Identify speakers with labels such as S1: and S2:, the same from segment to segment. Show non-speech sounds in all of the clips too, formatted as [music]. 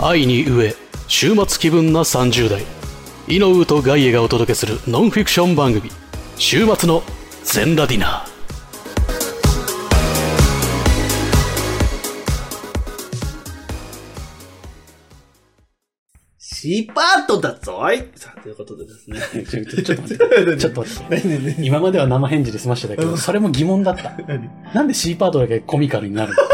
S1: 愛に飢え週末気分な30代イノウとガイエがお届けするノンフィクション番組「週末の全ラディナー」
S2: シーパートだぞいさあ、ということでですね。
S3: ちょちょっと待って。 [laughs] ちょっと待って。
S2: 何何何
S3: 今までは生返事で済ましてたけど、それも疑問だった。なんで C パートだけコミカルになるの [laughs]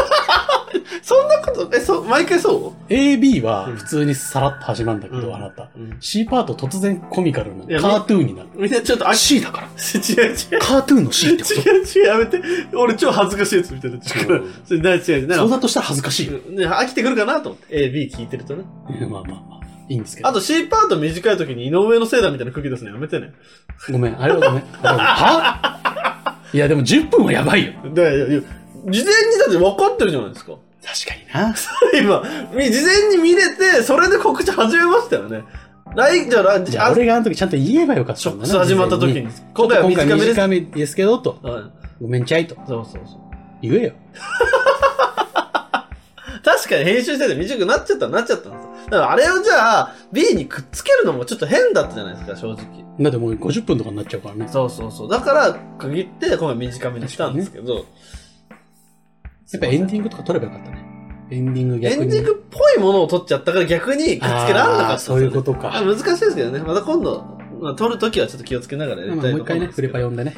S2: そんなこと、え、そう、毎回そ
S3: ?AB は普通にさらっと始まるんだけど、
S2: うん
S3: あなた
S2: う、。うん、
S3: C パート突然コミカルに
S2: い
S3: な
S2: や
S3: る。カートゥーンになる。
S2: みんなちょっと、あ、
S3: C だから。
S2: 違う違う。
S3: カートゥーンの C ってこ
S2: 違う違う、やめて。俺超恥ずかしいやつみたいになってるから
S3: うん
S2: それな違う違う。
S3: と。
S2: な
S3: そうん
S2: か
S3: だとしたら恥ずかしいよ。
S2: ね飽きてくるかなと思って。A、B 聞いてるとね。
S3: まあまあまあ。いいんですけど
S2: あ。と C パート短い時に井上のせいだみたいな空気出すのやめてね。
S3: ごめん、あれはごめん。あれはごめんはいや、でも10分はやばいよ。
S2: だからいやいや事前にだって分かってるじゃないですか。 [laughs]
S3: 確かにな。
S2: 今、み事前に見れて、それで告知始めましたよね。来、じゃあ、
S3: [laughs]
S2: 来
S3: じゃあ、俺があの時ちゃんと言えばよかっ
S2: シ
S3: た
S2: ョ
S3: ん
S2: ッ
S3: だ
S2: ク
S3: な。
S2: ス始まった
S3: 事
S2: 時
S3: 前
S2: に。今回は
S3: 今回
S2: 短めです。
S3: 短めですけど、と。
S2: はい
S3: ごめんちゃいと。
S2: そうそうそう。
S3: 言えよ。
S2: 確かに編集してて短くなっちゃったなっちゃったんですよ。だからあれをじゃあ B にくっつけるのもちょっと変だったじゃないですか、正直。
S3: だってもう50分とかになっちゃうからね。
S2: そうそうそう。だから、限って、今回短めにしたんですけど、
S3: やっぱエンディングとか撮ればよかったね。エンディング
S2: エ
S3: 逆に。
S2: ンディングっぽいものを取っちゃったから逆にくっつけられなかったん
S3: あー
S2: です
S3: そ
S2: よ
S3: う
S2: ね、
S3: いうことか。
S2: あ難しいですけどね。また今度、まあ、撮るときはちょっと気をつけながらやり
S3: ま
S2: た
S3: あ
S2: い
S3: も
S2: と
S3: う一
S2: 思
S3: 回
S2: うん
S3: ね、
S2: で
S3: フ
S2: す
S3: レ
S2: け
S3: パ
S2: ど。
S3: 読んでね。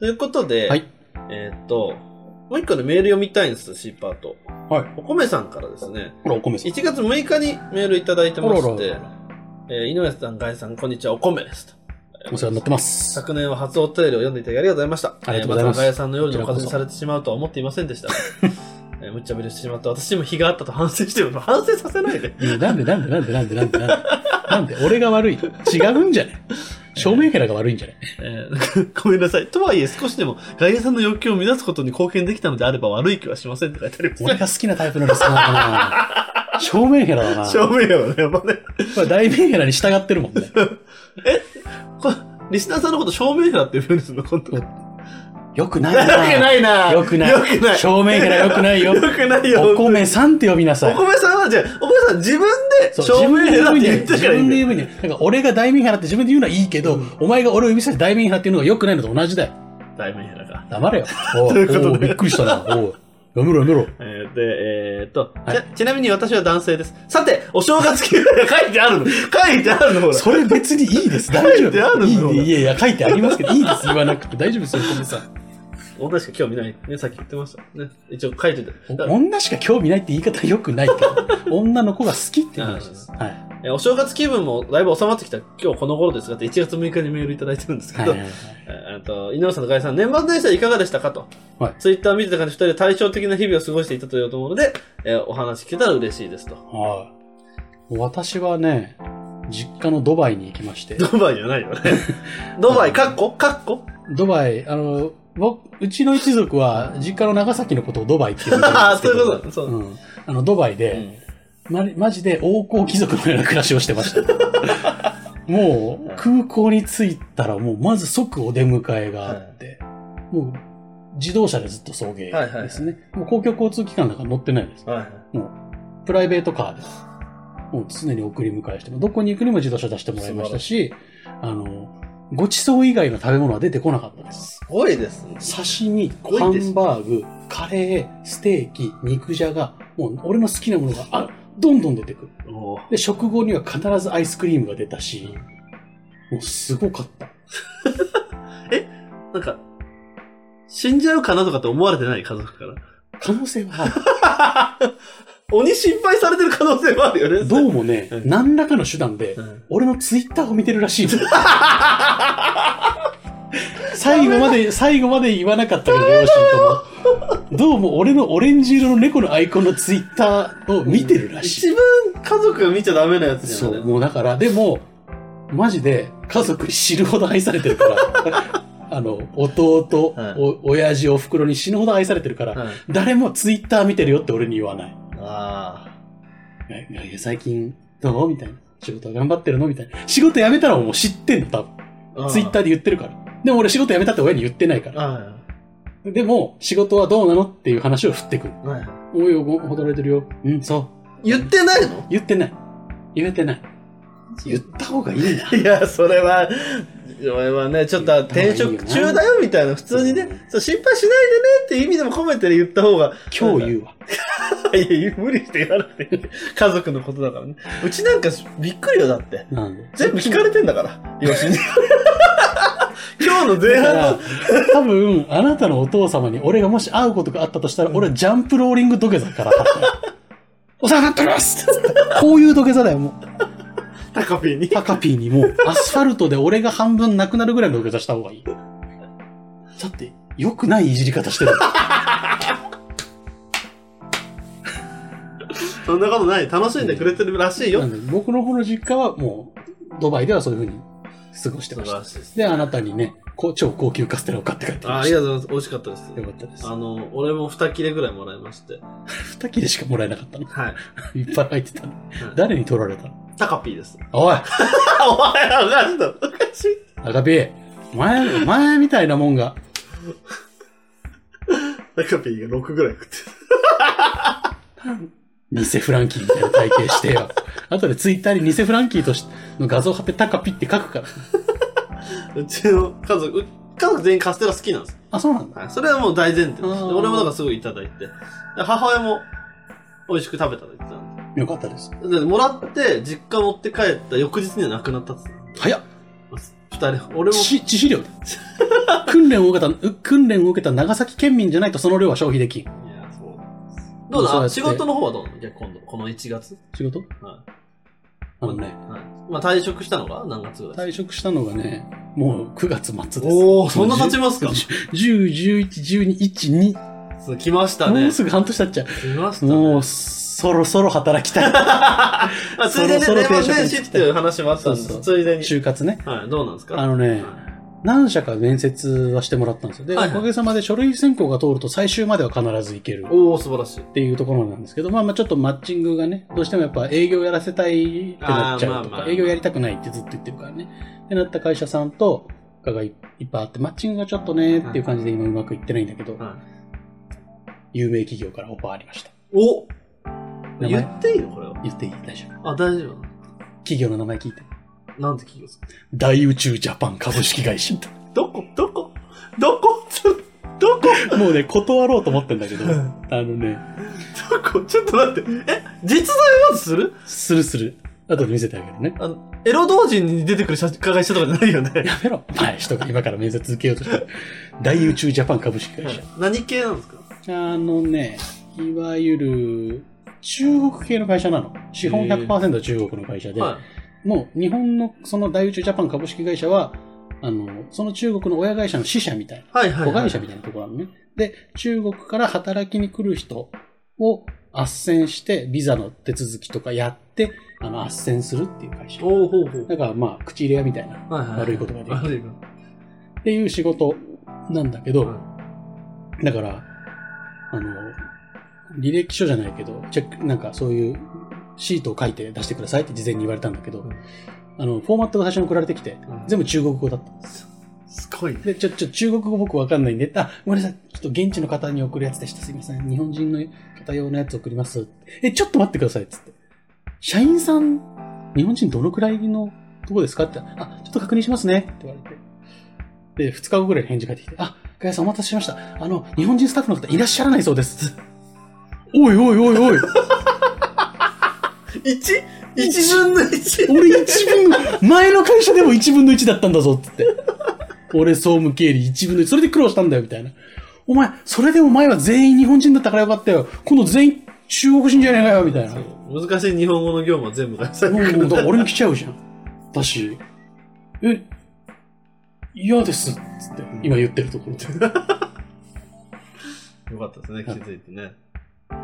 S2: ということで、
S3: はい
S2: えーっと、もう一個のメール読みたいんですよ、C パート。
S3: はい。
S2: お米さんからですね、
S3: ほら、お米さん。
S2: 1月6日にメールいただいてまし
S3: あらら
S2: て
S3: ら、
S2: えー井上さん、ガイさん、こんにちは、お米ですと。
S3: お世話になってます。
S2: 昨年は初お便りを読んでいただきありがとうございました。
S3: ありがとうございます
S2: えーまさかガヤさんの夜のおかずにされてしまうとは思っていませんでした。 [laughs] えーむっちゃぶりしてしまった私にも日があったと反省してる [laughs] 反省させないで。
S3: いやなんでなんでなんでなんでなんでなんでなんで俺が悪い。違うんじゃ
S2: [laughs]
S3: ない照明キャラが悪いんじゃない
S2: えー [laughs] ごめんなさい。とはいえ少しでもガヤさんの欲求を乱すことに貢献できたのであれば悪い気はしませんって書いてあります
S3: 俺
S2: ね。
S3: が好きなタイプのリスナーだ
S2: [laughs]
S3: な。照明キャラだな。
S2: 正面やろね、やっぱね。
S3: これ大名キャラに従ってるもん
S2: [laughs]
S3: ね。
S2: こリスナーさんのこと正面やって言うんですの、本当
S3: よ [laughs] よくない
S2: よく [laughs] ないな
S3: よくない。
S2: よく [laughs] ない。
S3: 照明キャラよくないよ
S2: よ。くないよ。
S3: お米さんって呼びなさい
S2: お。米さんは、じゃあ、お米さん自分で
S3: そう
S2: 正面やって言って
S3: 自
S2: るからいい
S3: 分
S2: ん
S3: で
S2: だよ
S3: 言う分になんか俺が大名原って自分で言うのはいいけど、お前が俺を指さして大名原っていうのが良くないのと同じだよ。
S2: 対面やらか。
S3: 黙れよ。お
S2: ということで
S3: うおうびっくりしたな。おうやめろやめろ。
S2: えーで、えーっと、
S3: はい
S2: ちな、ちなみに私は男性です。さて、お正月気分が書いてあ
S3: [laughs]
S2: るの。書いてあるの、ほら。
S3: それ別にいいです。大
S2: 書
S3: 丈
S2: いてあ
S3: 夫。
S2: る
S3: いい
S2: の
S3: ね。いやいや、書いてありますけど、いいです。言わなくて大丈夫ですよ、お米さん。
S2: 女しか興味ない。ね、さっき言ってました。ね、一応書いてて。だから
S3: お女しか興味ないって言い方良くないけど、女の子が好きっていう話です。はい。
S2: えーお正月気分もだいぶ収まってきた今日この頃ですがって1月6日にメールいただいてるんですけ
S3: はい
S2: ど、
S3: はいはい。
S2: えーっと、井上さんとガイさん、年末年始はいかがでしたかと。
S3: はい
S2: ツイッター見てた感じ、二人で対照的な日々を過ごしていたというところで、えーお話聞けたら嬉しいですと。
S3: はい。私はね、実家のドバイに行きまして。
S2: ドバイじゃないよね。 [laughs] ドバイ、カッコカッコ
S3: ドバイ、あの、僕、うちの一族は、実家の長崎のことをドバイって呼んでるん
S2: あ
S3: で
S2: [laughs] あ、
S3: すけ
S2: そ
S3: ど。
S2: ういうことだ。そう。
S3: うん。あの、ドバイ
S2: う
S3: で、
S2: ん
S3: ま、マジで王侯貴族のような暮らしをしてました。
S2: [laughs]
S3: もう
S2: はい、
S3: 空港に着いたら、もう、まず即お出迎えがあって、もう、自動車でずっと送迎ですね。
S2: はいはい
S3: もう公共交通機関なんか乗ってないです。
S2: はいはい。
S3: プライベートカーです。もう常に送り迎えして、どこに行くにも自動車出してもらいましたし、あの、ごちそう以外の食べ物は出てこなかったです。
S2: すごいですね。
S3: 刺身、
S2: ご
S3: ハ
S2: いです
S3: ンバーグ、カレー、ステーキ、肉じゃが、もう俺の好きなものが、あ、どんどん出てくる。
S2: お
S3: で、食後には必ずアイスクリームが出たし、もうすごかった。
S2: なんか、死んじゃうかなとかって思われてない家族から。
S3: 可能性はある、
S2: [laughs] 鬼心配されてる可能性もあるよね。
S3: ど
S2: う、
S3: うもね
S2: う、ん
S3: 何らかの手段で、
S2: ん、
S3: 俺のツイッターを見てるら
S2: [laughs]
S3: しいの。最後まで、最後まで言わなかったけど、両親とも。どうも俺のオレンジ色の猫のアイコンのツイッターを見てるらしい。
S2: 一番家族が見ちゃダメなやつじゃ
S3: そ
S2: ん。あれ
S3: う、もうだから、でも、マジで家族に知るほど愛されてるから、 [laughs] あの、弟、
S2: はい
S3: お、親父、お袋に死ぬほど愛されてるから、
S2: はい
S3: 誰もツイッター見てるよって俺に言わない。
S2: あ
S3: いやいや、最近、どうみたいな。仕事は頑張ってるのみたいな。仕事辞めたらもう知ってんの、多分。
S2: あ。
S3: ツイッターで言ってるから。でも俺仕事辞めたって親に言ってないから。
S2: あ
S3: でも、仕事はどうなのっていう話を振ってくる。
S2: あ。はい。
S3: おいおご、働いてるよ。うん、そ
S2: 言ってないの
S3: 言ってない。言えてない。言った方がいいな。
S2: いや、それは、それはね、ちょっと転職中だよみたいな、普通にね、そう心配しないでねっていう意味でも込めて言った方が、
S3: 今日言うわ。
S2: いや、無理して言わなくていい。家族のことだからね。うちなんかびっくりよ、だって。
S3: なんで。
S2: 全部聞かれてんだから、
S3: [laughs]
S2: 養子に。今日の前
S3: だか
S2: 半の
S3: ら、多分、あなたのお父様に俺がもし会うことがあったとしたら、俺はジャンプローリング土下座から会ったよお世話になっておりますこういう土下座だよ、もう。
S2: 高ピーに。
S3: タカピーにもう、アスファルトで俺が半分なくなるぐらいの土下座した方がいい。だって、良くないいじり方してる。
S2: そんなことない。楽しんでくれてるらしい
S3: な
S2: よ。
S3: んで僕の方の実家はもう、ドバイではそういうふうに過ごしてました。
S2: しいです
S3: で、あなたにね、こう超高級カステラを買って帰ってき
S2: あ
S3: ま
S2: あり
S3: し
S2: がとうございます。美味しかったです。
S3: た。よかったです。
S2: あの、俺も二切れぐらいもらいまして。
S3: 二切れしかもらえなかったの。
S2: はい。
S3: いっぱい入ってたの
S2: はい。
S3: 誰に取られたの
S2: タカピ
S3: [laughs]
S2: ーです。
S3: おい
S2: お前らがちょっとおかしい。
S3: 赤ピーお前、お前みたいなもんが、
S2: タカピーが6ぐらい食って
S3: 偽フランキーみたいな体型して
S2: [laughs]
S3: よ。あとでツイッターに偽フランキーとしの画像貼ってタカピって書くから。
S2: る。うちの家族、う家族全員カステラ好きなんです。
S3: あ、そうなんだ。
S2: はい。それはもう大前提です。で
S3: あー
S2: 俺もだからすぐいただいて。で母親も美味しく食べたと言ってたんで
S3: よかったです。
S2: で。もらって、実家持って帰った翌日には亡くなったっつって
S3: 早っ
S2: ます。二人、俺も、
S3: 致死致死量で訓練を受けた、う訓練を受けた長崎県民じゃないとその量は消費できん。
S2: いや、そうなんです。どう
S3: そうや
S2: だ
S3: って
S2: 仕事の方はどうなのじゃあ今度、この1月。
S3: 仕事
S2: は
S3: あのね
S2: い。、はい。まあ退職したのが何月ぐらい
S3: 退職したのがね、もう9月末です。
S2: おーそんな経ちますか
S3: ?10、11、12、1、2。
S2: そう来ました
S3: も
S2: ね
S3: う。すぐ半年経っちゃ
S2: 来まし
S3: う。
S2: たね。
S3: もう、そろそろ働きたい。
S2: [laughs] まあ、ついでに
S3: そろ
S2: 年
S3: そろ定食
S2: 末年始っていう話もあったんで
S3: そうそ
S2: す。
S3: う
S2: ついでに。
S3: 就活ね。
S2: はい、どうなんですか
S3: あのね、何社か面接はしてもらったんですよ。で、
S2: はいはい
S3: おかげさまで書類選考が通ると最終までは必ず行ける。
S2: おお素晴らしい。
S3: っていうところなんですけど、まあまあちょっとマッチングがね、どうしてもやっぱ営業やらせたいってなっちゃうと
S2: あーまあま
S3: か、
S2: あ
S3: 営業やりたくないってずっと言ってるからね。ってなった会社さんとかがいいっぱいあって、マッチングがちょっとねっていう感じで今うまくいってないんだけど、
S2: は
S3: 有名企業からオファーありました。
S2: お
S3: 名前
S2: 言っていいのこれは。
S3: 言っていい大丈夫。
S2: あ、大丈夫。
S3: 企業の名前聞いて。
S2: なんて企業ですか
S3: 大宇宙ジャパン株式会社。
S2: どこどこどこちょどこ
S3: もうね、断ろうと思ってんだけど、
S2: うん
S3: あのね、
S2: どこちょっと待って。え、実在まずする
S3: するする。後で見せてあげるね。
S2: あの、エロ同人に出てくる社加害者とかじゃないよね。
S3: やめろ。お
S2: [laughs]
S3: 前、人が今から面接受けようとしてる。大宇宙ジャパン株式会社。
S2: 何系なんですか
S3: あのね、いわゆる、中国系の会社なの。資本
S2: へー
S3: 100%中国の会社で、
S2: は
S3: もう日本のその大宇宙ジャパン株式会社は、あの、その中国の親会社の支社みたい
S2: い。はいはい、
S3: な、
S2: は
S3: 子
S2: い。
S3: 会社みたいなところなのね。で、中国から働きに来る人を斡旋して、ビザの手続きとかやって、あの、斡旋するっていう会社。
S2: おおほうほう。
S3: だからまあ、口入れ屋みたいな、
S2: はいはい、
S3: 悪いことができる
S2: 悪いこ
S3: っていう仕事なんだけ
S2: と。
S3: ど、
S2: は
S3: だから、あの、履歴書じゃないけど、チェック、なんかそういうシートを書いて出してくださいって事前に言われたんだけど、
S2: うん
S3: あの、フォーマットが最初に送られてきて、
S2: うん
S3: 全部中国語だったんです。
S2: いすごいね。
S3: で、ちょ、ちょ、中国語僕わかんないんで、あ、ごめんなさい。ちょっと現地の方に送るやつでした。すいません。日本人の方用のやつ送ります。え、ちょっと待ってください。つって。社員さん、日本人どのくらいのとこですかって、あ、ちょっと確認しますね。って言われて。で、2日後ぐらいに返事が返ってきて、あ、ガヤさんお待たせしました。あの、日本人スタッフの方いらっしゃらないそうです。おいおいおいおい。
S2: 一一分の一
S3: 俺一分の、前の会社でも1分の1だったんだぞ、つって。俺総務経理1分の1、それで苦労したんだよ、みたいな。お前、それでも前は全員日本人だったからよかったよ。今度全員中国人じゃねえかよ、みたいな。
S2: 難しい日本語の業務は全部返され
S3: も
S2: る
S3: う、もうだから俺に来ちゃうじゃん。だし、え、嫌です、つって、今言ってるところで。
S2: よかったですね、気づいてね。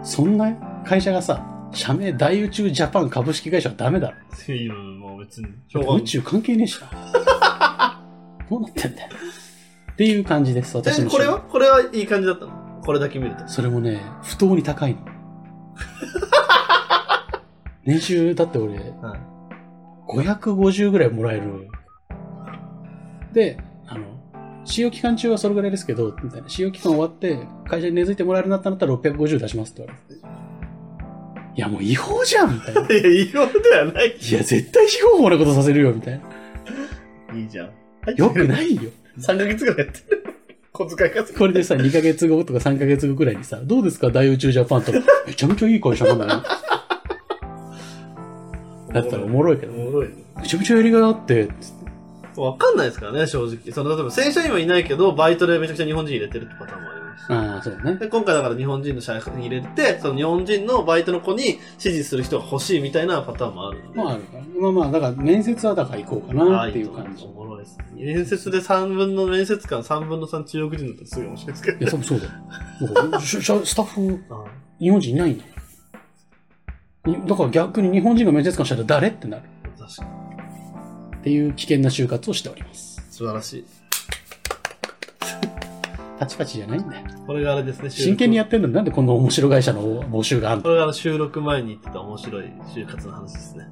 S3: そんな会社がさ、社名大宇宙ジャパン株式会社はダメだろ。
S2: いいのもう別に。しょうがない
S3: 宇宙関係ねえしな。どうなってんだよ。っていう感じです、私
S2: え
S3: の
S2: これはこれはいい感じだったのこれだけ見ると。
S3: それもね、不当に高い [laughs] の。年収、だって俺、
S2: はい
S3: 550ぐらいもらえる。で、あの、使用期間中はそれぐらいですけど、みたいな。使用期間終わって、会社に根付いてもらえるなったんだったら650出しますって言われて。いや、もう違法じゃんみたいな。
S2: いや、違法ではない。
S3: [laughs] いや、絶対非合法なことさせるよ、みたいな。
S2: いいじゃん。入ってる
S3: よくないよ。
S2: 3ヶ月ぐらいやってる。小遣い稼ぎ。
S3: これでさ、2ヶ月後とか3ヶ月後くらいにさ、どうですか大宇宙ジャパンとか。めちゃめちゃいい会社なんだよ。だったらおもろいけ
S2: お
S3: ど。
S2: もろいね。
S3: めちゃめちゃやりがいあって、つって
S2: わかんないですからね、正直。その、例えば、正社員はいないけど、バイトでめちゃくちゃ日本人入れてるってパターンもありますし。
S3: ああ、そうだね。
S2: で、今回だから日本人の社員入れて、その日本人のバイトの子に指示する人が欲しいみたいなパターンもあるんで。
S3: まああるから。まあまあ、だから面接はだから行こうか
S2: あ
S3: な
S2: あ
S3: っていう感じ。
S2: おもろいですね。面接で3分の、面接官3分の3中国人だったらすごい面白いですけど
S3: いや、多分そうだよ。だからししゃスタッフ、
S2: [laughs] ああ
S3: 日本人いないんだよにだから逆に日本人が面接官したら誰ってなる。
S2: 確かに。
S3: っていう危険な就活をしております。
S2: 素晴らしい。
S3: パチパチじゃないんだよ。
S2: これがあれですね、収録
S3: 真剣にやってんのになんでこんな面白会社の募集がある
S2: こ
S3: の
S2: れがあの収録前に言ってた面白い就活の話ですね。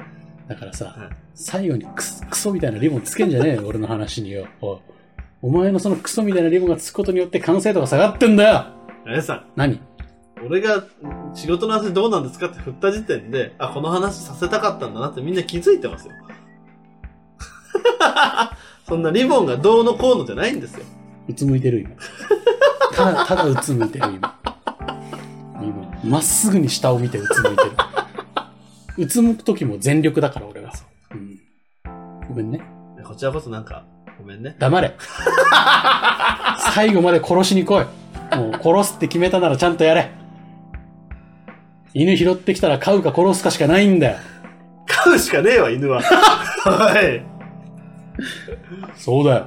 S3: だから
S2: はい
S3: さ、最後にクソクソみたいなリボンつけんじゃねえよ、俺の話によ。おいお前のそのクソみたいなリボンがつくことによって完成度が下がってんだよ
S2: 皆さん、
S3: 何
S2: 俺が仕事の話どうなんですかって振った時点で、あ、この話させたかったんだなってみんな気づいてますよ。 [laughs] そんなリボンがどうのこうのじゃないんですよ。
S3: うつむいてる今。 [laughs] ただ、ただうつむいてる今。今、まっすぐに下を見てうつむいてる。うつむく時も全力だから俺が。うん。ごめんね。
S2: こちらこそなんか、ごめんね。
S3: 黙れ。最後まで殺しに来い。もう殺すって決めたならちゃんとやれ。犬拾ってきたら飼うか殺すかしかないんだよ。
S2: 飼うしかねえわ、犬は。 [laughs] はい。
S3: そうだよ。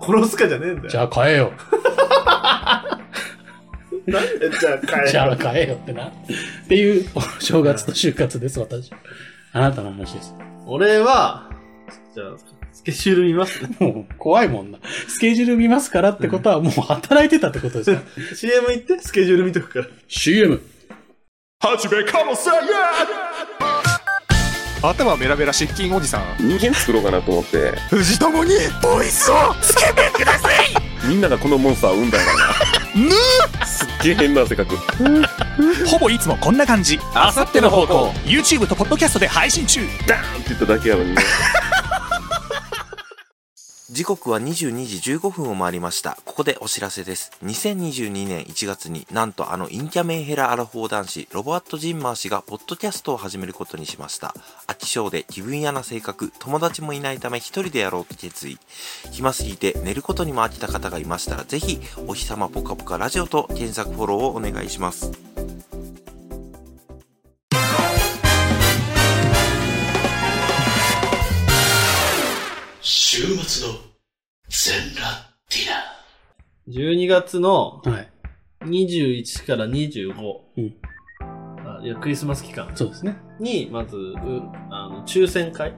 S2: 殺すかじゃねえんだよ。
S3: じゃあ飼えよ。
S2: なんでじゃあ飼え。
S3: じゃあ飼えよってな。っていうお正月と就活です、私。あなたの話です。
S2: 俺は、じゃあ、スケジュール見ますね。 [laughs]
S3: もう [laughs] 怖いもんな。スケジュール見ますからってことはもう働いてたってことですか
S2: CM 行って、スケジュール見とくから。
S3: ?CM。
S4: 始めかもせん頭メラメラ失禁おじさん
S5: 人間作ろうかなと思って
S4: 藤友にボイスをつけてください
S5: みんながこのモンスターを産んだんだなすっげえ変な性格
S4: ほぼいつもこんな感じあさっての方向 YouTube とポッドキャストで配信中
S5: ダーンって言っただけやのにね
S6: 時刻は22時15分を回りました。ここでお知らせです。2022年1月になんとあのインキャメンヘラアラフォー男子ロバート・ジンマー氏がポッドキャストを始めることにしました。飽き性で気分屋な性格、友達もいないため一人でやろうと決意。暇すぎて寝ることにも飽きた方がいましたらぜひお日様ぽかぽかラジオと検索フォローをお願いします。
S1: 週末の全裸ディナー
S2: 12月の
S3: はい。
S2: 21から25。
S3: うん
S2: あいや、クリスマス期間
S3: そうですね。
S2: に、まず、うあの、抽選会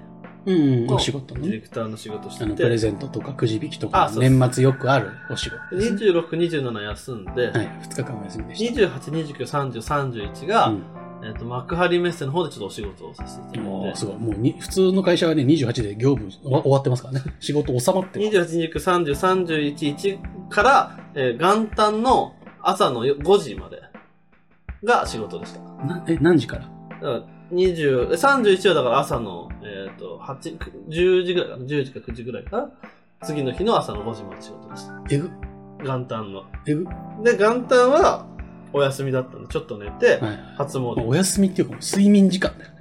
S3: うん、
S2: の
S3: お仕事の
S2: ディレ
S3: ね。
S2: クターの仕事し
S3: あ
S2: て
S3: の、プ
S2: て、
S3: レゼントとかくじ引きとか
S2: あ、そうです
S3: 年末よくあるお仕事ですね。
S2: 26、27休んで、
S3: はい、2日間お休みでし
S2: 28、29、30、31が、
S3: た。うん
S2: えっ、と、幕張メッセの方でちょっとお仕事をさせていただ
S3: も
S2: いうて
S3: す、ごい。もうに普通の会社はね、28で業務終わ終わってますからね。仕事収まってる。
S2: 28、29、30、31、1から、えー元旦の朝のよ5時までが仕事でした。
S3: なえ、何時から
S2: だから20え31はだから朝の、えっ、と、8、10時ぐらいかな ?10 時か9時ぐらいかな次の日の朝の5時まで仕事でした。
S3: えぐ
S2: 元旦の。
S3: えぐ
S2: で、元旦はお休みだったんで、ちょっと寝て、
S3: はい。
S2: 初
S3: まあ
S2: 詣。
S3: お休みっていうか、もう睡眠時間だよね。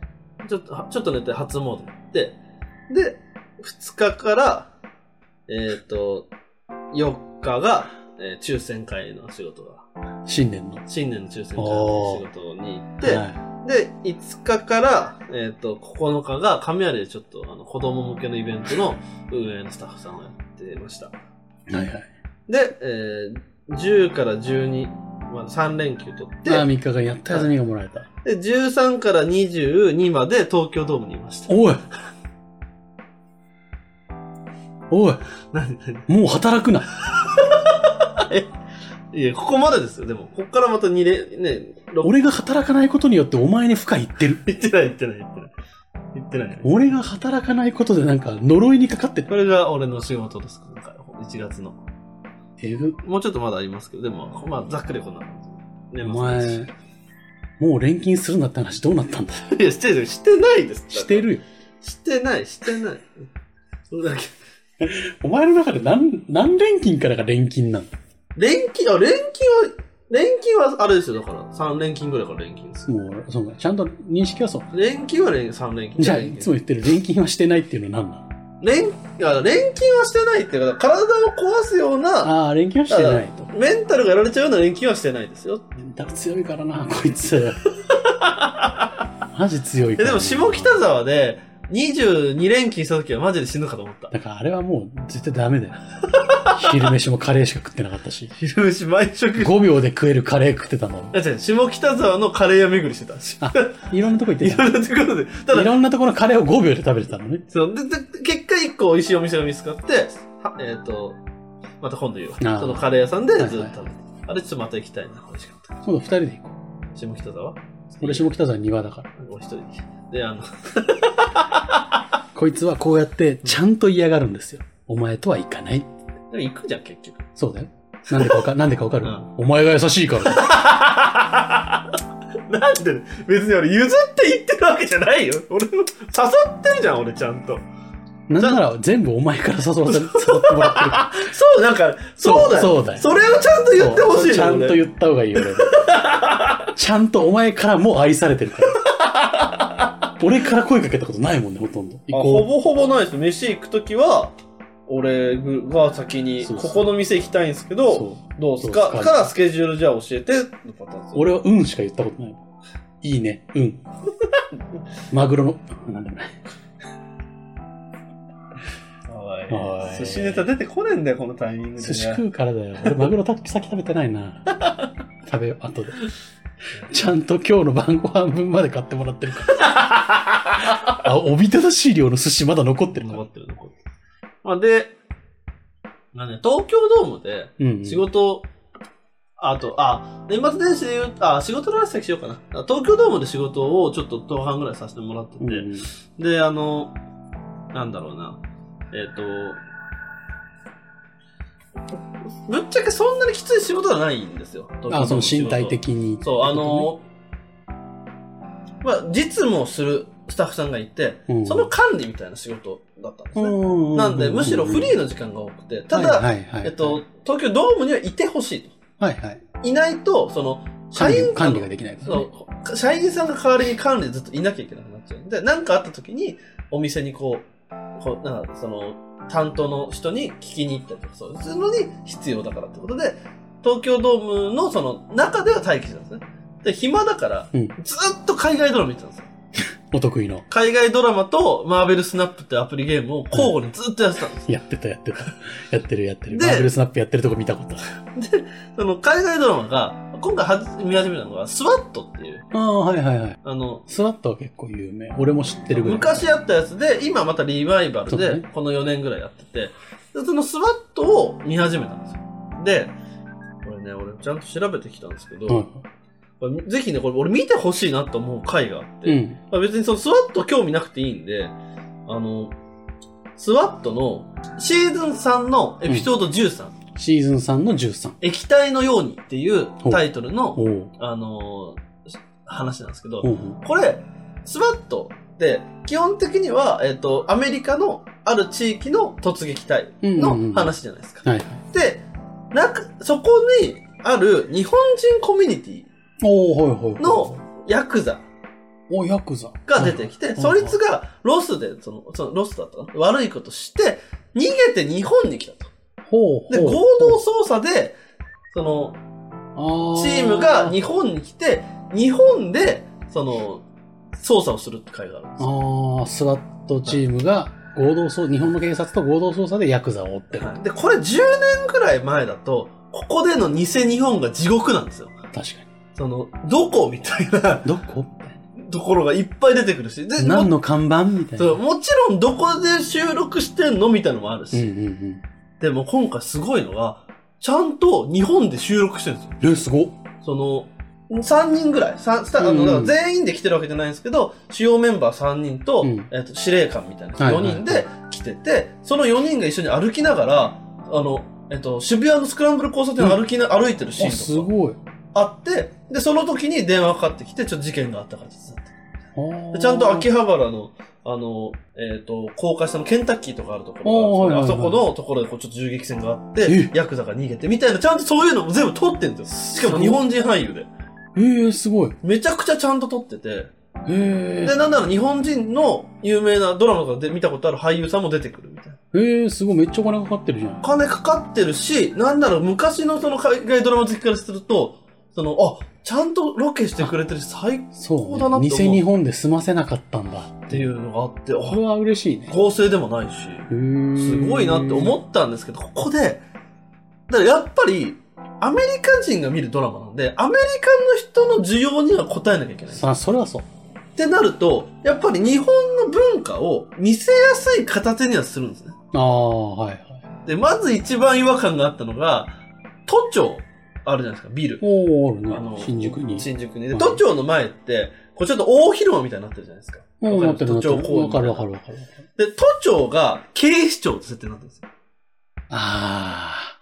S2: ちょっと、はちょっと寝て初詣行って、で、2日から、えっ、と、4日が、えー抽選会の仕事が、
S3: 新年の。は
S2: 新年の抽選会の仕事に行って、
S3: い
S2: で、5日から、えっ、と、9日が、神谷でちょっと、あの、子供向けのイベントの運営のスタッフさんをやってました。
S3: はいはい。
S2: で、えー10から12、まあ、3連休取って
S3: ああ、、3日間やった休みがもらえた。
S2: で、13から22まで東京ドームにいました。
S3: おいおい
S2: 何何
S3: もう働くな。
S2: いや、ここまでですよ、でも。こっからまた2連、ね、6
S3: 俺が働かないことによってお前に負荷いってる。
S2: 行ってない、行ってない、行ってない。行ってない。
S3: 俺が働かないことでなんか呪いにかかってる。
S2: これが俺の仕事です、今回。1月の。
S3: えぐ。
S2: もうちょっとまだありますけど、でも、まあ、ざっくりこんな感じ。
S3: お
S2: 年末年始
S3: 前、もう錬金するなって話どうなったんだ
S2: [laughs] いや、してる、してないです。
S3: してるよ。
S2: してない、してない。それだけ。
S3: お前の中で何、何錬金からが錬金なの
S2: 錬金、あ、錬金は、錬金はあれですよ、だから。3錬金ぐらいから錬金でする。
S3: もう、その、ちゃんと認識はそう。
S2: 錬金は錬3錬金。
S3: じゃあ、いつも言ってる錬金はしてないっていうのは何なの
S2: 錬、いや錬金はしてないっていうか、体を壊すような、
S3: ああー、錬金はしてないと。
S2: メンタルがやられちゃうような錬金はしてないですよ。
S3: メンタル強いからな、こいつ。 [laughs] マジ強いか
S2: え、
S3: ら、
S2: でも下北沢で22連勤した時はマジで死ぬかと思った。
S3: だからあれはもう絶対ダメだよ。昼飯もカレーしか食ってなかったし。
S2: 昼飯毎食。
S3: 5秒で食えるカレー食ってたの。
S2: あ違う下北沢のカレー屋巡りしてた。
S3: あ、いろんなとこ行って
S2: い
S3: た。
S2: ろんなところで。た
S3: い
S2: だ、
S3: ろんなところのカレーを5秒で食べてたのね。
S2: そうでで結果一個美味しいお店が見つかって、はえっ、と、また今度言う
S3: あ
S2: わ。
S3: ー
S2: そのカレー屋さんでずっと食べて。
S3: はい
S2: あれちょっとまた行きたいな。美味しかった。
S3: 今度2人で行こう。
S2: 下北沢
S3: 俺下北沢庭だから。
S2: もう一人で。で、あの、
S3: こいつはこうやってちゃんと嫌がるんですよ。お前とは行かない。
S2: でも行くじゃん、結局。
S3: そうだよ。なんでかわか、なんでかわかる、
S2: うん
S3: お前が優しいからだ。
S2: なんで、別に俺譲って言ってるわけじゃないよ。俺も誘ってるじゃん、俺ちゃんと。
S3: なんなら全部お前から誘わ
S2: [laughs]
S3: せ、誘ってもらってるから。
S2: そう、なんか、そうだよ。
S3: そうだよ
S2: それをちゃんと言ってほしいの
S3: ちゃんと
S2: 俺
S3: 言った方がい
S2: [laughs]
S3: いよ、俺ちゃんとお前からも愛されてるから。俺から声かけたことないもんね、ほとんど。
S2: あ
S3: 行
S2: ほ
S3: こ
S2: ぼほぼないです。飯行くときは、俺が先に、
S3: そう
S2: こ
S3: そう
S2: この店行きたいんですけ
S3: う。
S2: ど、
S3: そう。
S2: どうすか
S3: そうっすか
S2: からスケジュールじゃあ教えて、のパターン
S3: 俺はうんしか言ったことない。いいね、うん。
S2: [laughs]
S3: マグロの、あなんでもない。
S2: お
S3: おい
S2: い寿司ネタ出てこねえんだよ、このタイミングで、ね。
S3: 寿司食うからだよ。俺マグロた先食べてないな。食べよう、後で。ちゃんと今日の晩ご飯分まで買ってもらってる
S2: [laughs]
S3: から。あ、おびただしい量の寿司まだ残ってるから
S2: 残。ってる、残ってる。まあ、で、まあね、東京ドームで、
S3: うん、うん。
S2: 仕事、あと、あ、年末年始で言う、あ、仕事の話先しようかな。東京ドームで仕事をちょっと当半ぐらいさせてもらってて、
S3: うん
S2: で、あの、なんだろうな、えっ、と、ぶっちゃけそんなにきつい仕事はないんですよ。
S3: あ、その
S2: 東京
S3: 身
S2: ドーム
S3: 体
S2: の仕事
S3: 的に。
S2: そう、あの、まあ、実務をするスタッフさんがいて、
S3: うん
S2: その管理みたいな仕事だったんですね。
S3: う
S2: なんで、むしろフリー
S3: の、
S2: の時間が多くて、ただ、
S3: はいはいはいはい
S2: えっと、、東京ドームにはいてほしいと。
S3: はいはい。
S2: いないと、その、社
S3: 管
S2: 員
S3: 理管理ができないから、ね。
S2: そう、社員さんが代わりに管理ずっといなきゃいけなくなっちゃうんで、何かあった時に、お店にこう、こう、なんかその、担当の人に聞きに行ったりとか、そうするのに必要だからってことで、東京ドームのその中では待機してたんですね。で、暇だから、
S3: うん
S2: ずっと海外ドラマ見てたんですよ。
S3: お得意の。
S2: 海外ドラマとマーベルスナップってアプリゲームを交互にずっとやってたんです。
S3: やってたやってた。 [laughs] やってるやってる。
S2: で
S3: マーブルスナップやってるとこ見た
S2: [laughs]
S3: ことある。
S2: その海外ドラマが、今回はじ見始めたのが、スワットっていう、
S3: ああ、はいはいはい。
S2: あの、
S3: スワットは結構有名。俺も知ってるぐらい。
S2: 昔やったやつで、今またリバイバル
S3: そうだ
S2: で
S3: ね、
S2: この4年ぐらいやってて、でそのスワットを見始めたんですよ。で、これね、俺ちゃんと調べてきたんですけど、
S3: はい
S2: これぜひね、これ俺見てほしいなと思う回があって、
S3: うん。
S2: まあ、別にそのスワット興味なくていいんで、あの、スワットのシーズン3のエピソード13、
S3: シーズン3の13。
S2: 液体のようにっていうタイトル
S3: お
S2: の、
S3: う
S2: あのー話なんですけど、
S3: おう
S2: これ、スワットって、基本的には、えっ、と、アメリカのある地域の突撃隊の話じゃないですか。
S3: はい。
S2: で、なく、そこにある日本人コミュニティ
S3: おおはいはいはい。
S2: の、ヤクザ
S3: おヤクザ。
S2: が出てきて、そいつがロスで、その、そのロスだったかな悪いことして、逃げて日本に来たと。
S3: ほう
S2: で、
S3: ほ
S2: 合
S3: う
S2: 同捜査で、その、
S3: あ
S2: チームが日本に来て、日本で、その、捜査をするって会があるんですよ
S3: ああ、スワットチームが合同捜、日本の警察と合同捜査でヤクザを追ってる。
S2: で、これ10年くらい前だと、ここでの偽日本が地獄なんですよ。
S3: 確かに。
S2: その、どこみたいな [laughs]
S3: どこ
S2: ところがいっぱい出てくるし、で
S3: 何
S2: も
S3: の看板みたいな。
S2: そうもちろんどこで収録してんのみたいなのもある
S3: うんう
S2: し、
S3: ん
S2: でも今回すごいのが、ちゃんと日本で収録してるんですよ。
S3: うん。え、すごっ。
S2: その、3人ぐらい、三スタあ
S3: うんう
S2: の
S3: ん
S2: だから全員で来てるわけじゃないんですけど、主要メンバー3人と、
S3: うん
S2: えっと司令官みたいな
S3: はいは
S2: 4
S3: い
S2: 人で来てて、その4人が一緒に歩きながら、あの、えっと、渋谷のスクランブル交差点を歩きな、歩いてるシー
S3: あ、
S2: ンとか。
S3: すごい。
S2: あって、で、その時に電話かかってきて、ちょっと事件があった感じです。
S3: あー
S2: でちゃんと秋葉原の、あの、えっ、と、高架下のケンタッキーとかあるところがあるんですけど、
S3: おーはいはい
S2: あそこのところでこうちょっと銃撃戦があっ
S3: え
S2: て、ヤクザが逃げてみたいな、ちゃんとそういうのも全部撮ってんですよ。しかも日本人俳優で。
S3: えー、すごい。
S2: めちゃくちゃちゃんと撮ってて、
S3: え
S2: で、なんなら日本人の有名なドラマとかで見たことある俳優さんも出てくるみたいな。
S3: ー、えー、すごい。めっちゃお金かかってるじゃん
S2: お。金かかってるし、なんなら昔のその海外ドラマ好きからすると、その、あ、ちゃんとロケしてくれてるし、最高
S3: そう、
S2: こうだなって
S3: ね。
S2: 思
S3: 偽
S2: う
S3: 日本で済ませなかったんだっ
S2: ってて
S3: い。
S2: いううのがあって、
S3: こ
S2: あ
S3: れは嬉しいね。
S2: 合成でもないし。す
S3: す
S2: ごいなって思ったんですけど、ここで、だからやっぱり、アメリカ人が見るドラマなんで、アメリカの人の需要には応えなきゃいけない。っ
S3: さあ、それはそう。
S2: てなると、やっぱり日本の文化を見せやすい形にはするんですね。
S3: ああ、はいはい。
S2: で、まず一番違和感があったのが、都庁あるじゃないですか、ビル。
S3: おー、
S2: あ
S3: ある
S2: の
S3: ね。新宿に。
S2: 新宿に。
S3: う
S2: で、
S3: ん
S2: 都庁の前って、こうちょっと大広間みたいになってるじゃないですか。
S3: うん、なっ
S2: わか
S3: てる
S2: り
S3: な
S2: ま
S3: っ
S2: す
S3: てる。
S2: 都庁公園
S3: わかるわかるわかる。
S2: で、都庁が警視庁って設定になってるんですよ。
S3: あ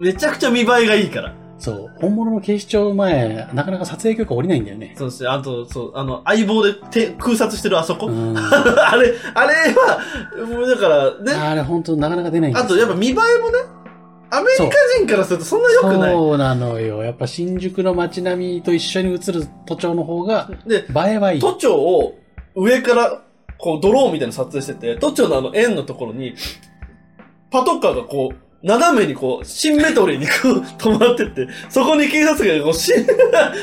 S2: めちゃくちゃ見栄えがいいから。
S3: あ、そう。本物の警視庁前、なかなか撮影許可下りないんだよね。
S2: そうですね。あと、そう、あの、相棒で手空撮してるあそこ。
S3: うん。あ
S2: [laughs] あれ、あれは、もうだからね、
S3: れ、本当なかなか出ないんです
S2: あ
S3: よ
S2: とやっぱ見栄えもね、アメリカ人からするとそんな良くない。
S3: そうなのよ。やっぱ新宿の街並みと一緒に映る都庁の方が、
S2: で、
S3: 映えはいい。
S2: 都庁を上から、こう、ドローンみたいなの撮影してて、都庁のあの円のところに、パトカーがこう、斜めにこう、シンメトリーにこう、 [laughs] 止まってて、そこに警察がこう、 [laughs] シン、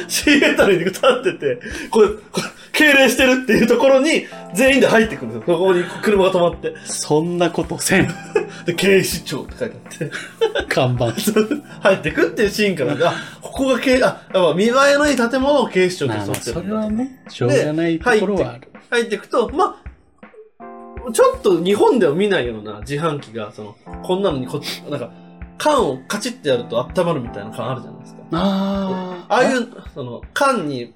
S2: シンメトリーに立ってて、こう、こう敬礼してるっていうところに、全員で入ってくるんですよ。そこに車が止まって。
S3: そんなことせ
S2: [laughs]
S3: ん。
S2: で、警視庁って書いてあって。
S3: 看板。
S2: [laughs] 入ってくっていうシーンからね、あ、ここが警、あ、やっぱ見栄えのいい建物を警視庁と
S3: まあまあ、
S2: して
S3: そ
S2: るん
S3: れ
S2: だ
S3: はね、しょうがないところはある。
S2: 入ってくと、まあ、ちょっと日本では見ないような自販機が、その、こんなのにこっち、なんか、缶をカチッてやると温まるみたいな缶あるじゃないですか。
S3: ああ。
S2: ああいう、その、缶に、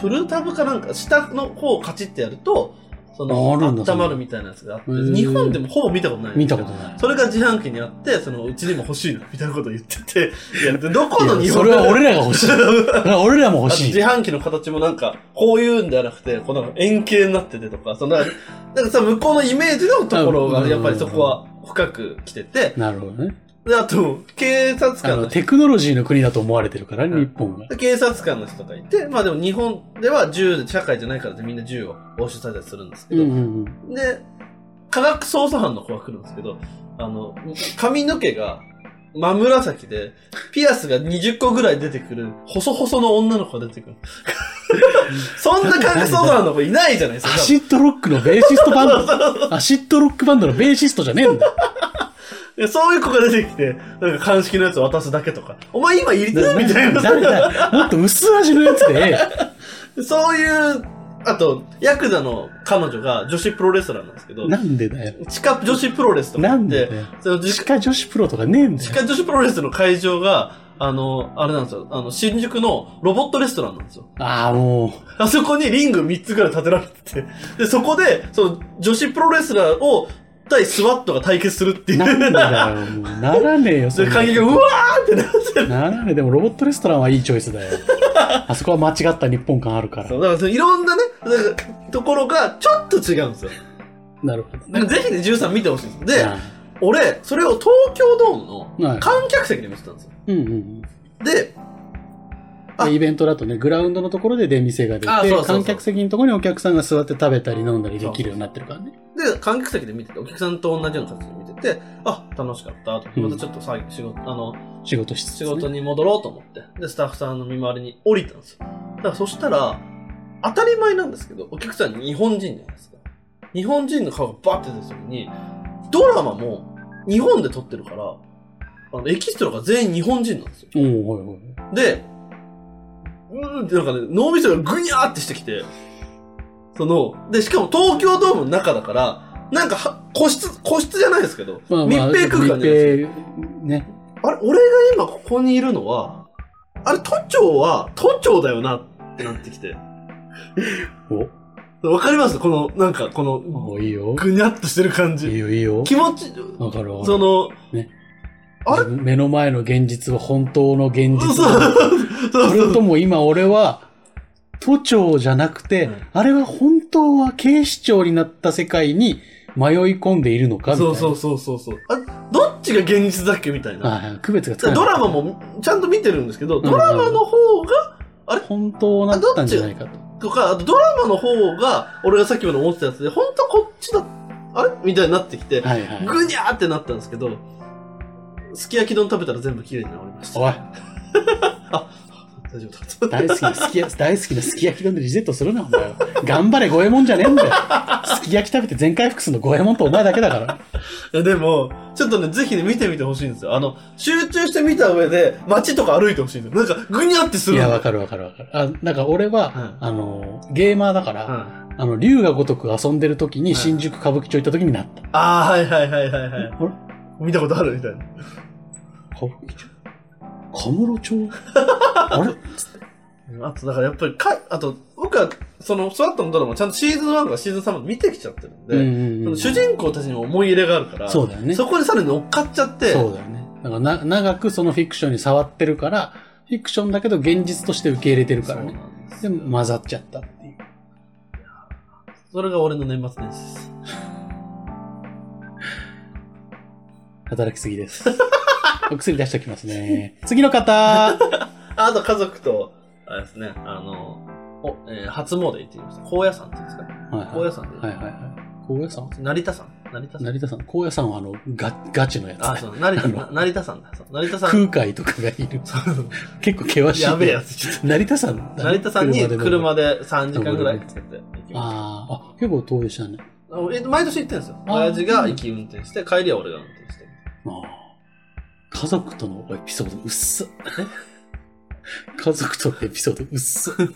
S2: プルタブかなんか、下の方をカチッてやると、その、
S3: あるんだそれ
S2: 温まるみたいなやつがあって、
S3: へー
S2: 日本でもほぼ見たことない。
S3: 見たことない。
S2: それが自販機にあって、その、うちにも欲しいな、みたいなことを言ってて、いや、どこの
S3: い
S2: 日
S3: やそ
S2: 本
S3: れは俺らが
S2: [laughs]
S3: 欲しい。それは俺らも欲し
S2: あと
S3: い。
S2: 自販機の形もなんか、こういうんではなくて、こうなんか円形になっててとか、そのなんか、なんかさ、向こうのイメージのところ
S3: う
S2: が、
S3: ん
S2: やっぱりそこは深く来てて、
S3: なるほどね。
S2: で、あと、警察
S3: あ
S2: 官
S3: の、
S2: の人、
S3: テクノロジーの国だと思われてるからね、
S2: うん
S3: 日本が。
S2: 警察官の人がいて、まあでも日本では銃で、社会じゃないからってみんな銃を押収されたりするんですけ
S3: うん
S2: ど、
S3: うんうん。
S2: で、科学捜査班の子が来るんですけど、あの、髪の毛が真紫で、ピアスが20個ぐらい出てくる、細々の女の子が出て
S3: [laughs]
S2: くる。そんな科学捜査班の子いないじゃないです
S3: ア
S2: か。
S3: シッドロックのベーシストバンド。アシッドロックバンドのベーシストじゃねえ
S2: [laughs]
S3: んだ。
S2: いやそういう子が出てきて、なんか鑑識のやつ渡すだけとか、お前今入れてる
S3: 誰
S2: みたいな。
S3: だもっと薄味のやつで、
S2: [laughs] そういう、あと、ヤクザの彼女が女子プロレスラーなんですけど、
S3: なんでだよ。
S2: 地下女子プロレスとか
S3: な
S2: あ
S3: ん
S2: っ
S3: で
S2: て
S3: だ、よ。
S2: その地
S3: 地下女子プロとかねえんだ
S2: 地
S3: よ。
S2: 下女子プロレスの会場が、あの、あれなんですよ。あの、新宿のロボットレストランなんですよ。
S3: ああ、も、
S2: あそこにリング3つぐらい立てられてて。で、そこで、その、女子プロレスラーを、対スワットが対決するっていうう。
S3: なんでだよ。もうならねえよ、そん
S2: [laughs] で、
S3: な
S2: 観客が、うわーってなって。
S3: ならねえ。でもロボットレストランはいいチョイスだよ。
S2: [laughs]
S3: あそこは間違った日本感あるから
S2: そ。う、だからその、いろんなね、なんかところが、ちょっと違うんですよ。
S3: なるほど
S2: だ
S3: ね。
S2: からぜひね、13見てほしいんです。で、
S3: あ
S2: 俺、それを東京ドーム
S3: は
S2: の
S3: い
S2: 観客席で見てたんですよ。
S3: ーうんうんうん。
S2: で、あ
S3: でイベントだとね、グラウンドのところで出店が出
S2: あそうそう
S3: て、
S2: そう
S3: 観客席のところにお客さんが座って食べたり飲んだりできるようになってるからね。
S2: で、観客席で見てて、お客さんと同じような形で見てて、あ、楽しかった、と。
S3: うん
S2: またちょっとさ、仕事、あの、
S3: 仕事しつつ、
S2: 仕
S3: ね。
S2: 事に戻ろうと思って、で、スタッフさんの見回りに降りたんですよ。だからそしたら、当たり前なんですけど、お客さん日本人じゃないですか。日本人の顔がバッて出た時に、ドラマも日本で撮ってるから、あの、エキストラが全員日本人なんですよ。
S3: おーはいはい。
S2: で、うーんってなんかね、脳みそがぐにゃーってしてきて、その、で、しかも東京ドームの中だから、なんかは、個室、個室じゃないですけど、
S3: まあまあ、
S2: 密閉空間じゃないですか。
S3: 密閉ね。
S2: あれ、俺が今ここにいるのは、あれ、都庁は、都庁だよなってなってきて。わかりますこの、なんか、こ
S3: お、
S2: の、
S3: おいいよ。
S2: ぐにゃっとしてる感
S3: いい
S2: じ。
S3: よいいよ。
S2: 気持ち、
S3: わかるわか
S2: そ
S3: る。
S2: の、
S3: ね
S2: あれ
S3: 自分目の前の現実は本当の現
S2: そう
S3: 実
S2: そう
S3: だ。
S2: そう
S3: それとも今俺は、都庁じゃなくて、
S2: うん
S3: あれは本当は警視庁になった世界に迷い込んでいるのかみたい
S2: そ
S3: な。
S2: うそうそうそうそう。あ、どっちが現実だっけみたいな。
S3: はいはい区別がつか
S2: で
S3: ない。
S2: ドラマもちゃんと見てるんですけど、
S3: ん
S2: ドラマの方が、
S3: 本当だったんじゃないかと。
S2: とか、あとドラマの方が、俺がさっきまで思ってたやつで、本当はこっちだ、あれみたいになってきて、
S3: はいはい。
S2: ぐにゃーってなったんですけど、すき焼き丼食べたら全部綺麗に治りました。
S3: おい、
S2: 大丈夫だ。
S3: 大好きなすき焼き、大好きなすき焼き丼でリセットするな、お前は。頑張れ、五右衛門じゃねえんだよ。すき焼き食べて全回復するの五右衛門とお前だけだから。
S2: い [laughs] やでも、ちょっとね、ぜひね、見てみてほしいんですよ。あの、集中して見た上で、街とか歩いてほしいんですよ。なんか、ぐにゃってす
S3: い
S2: る
S3: や、わ
S2: の。
S3: かるわかるわかる。あ、なんか俺は、
S2: うん
S3: あの、ゲーマーだから、
S2: うん
S3: あの、竜が如く遊んでる時
S2: うん
S3: に新宿歌舞伎町行った時になった。
S2: ああ、はいはいはいはいはい。
S3: あれ
S2: 見たことあるみたいな。
S3: 歌舞伎町小室
S2: [laughs]
S3: 町あれ
S2: あと、だからやっぱりか、あと、僕は、その、スワットのドラマ、ちゃんとシーズン1からシーズン3まで見てきちゃってるんで、
S3: うんうんう
S2: そ
S3: ん
S2: の主人公たちにも思い入れがあるから、
S3: そうだよね。
S2: そこにさらに乗っかっちゃって、
S3: そうだよね。だからな、長くそのフィクションに触ってるから、フィクションだけど現実として受け入れてるからね。でも混ざっちゃったっていう。
S2: それが俺の年末年始です。
S3: 働きすぎです。お薬出しておきますね。次の方
S2: あと家族と、あれですね、あの、おえー初詣行ってきました。高野山っていうんですか高野
S3: は
S2: 山
S3: い
S2: で。
S3: はいはい。高野山
S2: 成田山成田山
S3: 成田さん。高野山はあの、ガガチのやつ、ね。
S2: あ、そう、成田、
S3: あの
S2: 成田山だ。そう成田山。
S3: 空海とかがいる。
S2: そう
S3: 結構険しい。
S2: やべえやつ。
S3: [laughs] 成田山だね
S2: 成田さんに車
S3: で。
S2: で3時間ぐらいかけて行きまし
S3: あーあ、結構遠出したね。
S2: たあのえ毎年行ってるんですよ。
S3: あー
S2: 親父が駅運転して、帰りは俺が運転して。
S3: あー家族とのエピソード薄っ。 [laughs] 家族とのエピソード薄っ。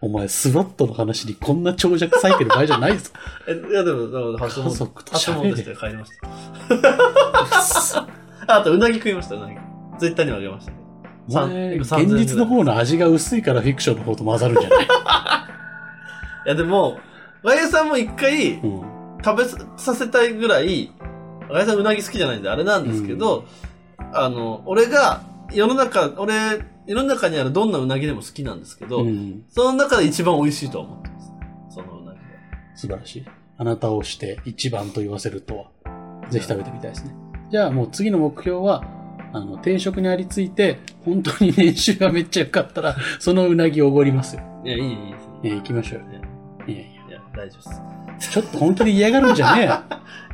S3: お前、スワットの話にこんな長尺割いてる場合じゃない
S2: [laughs]
S3: ぞ。
S2: え、いやでも、でも初
S3: 家
S2: 詣
S3: 族、と
S2: 初
S3: 喋れ
S2: 詣して帰りました。あと、うなぎ食いました、うなぎ。ツイッターにもあげましたけど。
S3: お
S2: さん
S3: 前
S2: 今
S3: 現
S2: 3000
S3: 実の方の味が薄いからフィクションの方と混ざるんじゃ
S2: [laughs]
S3: ない、
S2: いやでも、ガイエさんも一回
S3: うん、
S2: 食べさせたいぐらい、ガイエさんうなぎ好きじゃないんであれなんですけど、あの、俺が世の中、俺、世の中にあるどんなうなぎでも好きなんですけど、
S3: うん
S2: その中で一番美味しいと思ってます。そのうなぎは。
S3: 素晴らしい。あなたをして一番と言わせるとは、ぜひ食べてみたいですね。じゃあもう次の目標は、あの、定食にありついて、本当に年収がめっちゃ良かったら、 [laughs] そのうなぎおごりますよ。
S2: いや、いい、いいいい
S3: え行きましょうよ。
S2: ね
S3: いやいや、
S2: いや、大丈夫です
S3: ちょっと本気で嫌がるんじゃねえよ。
S2: いや。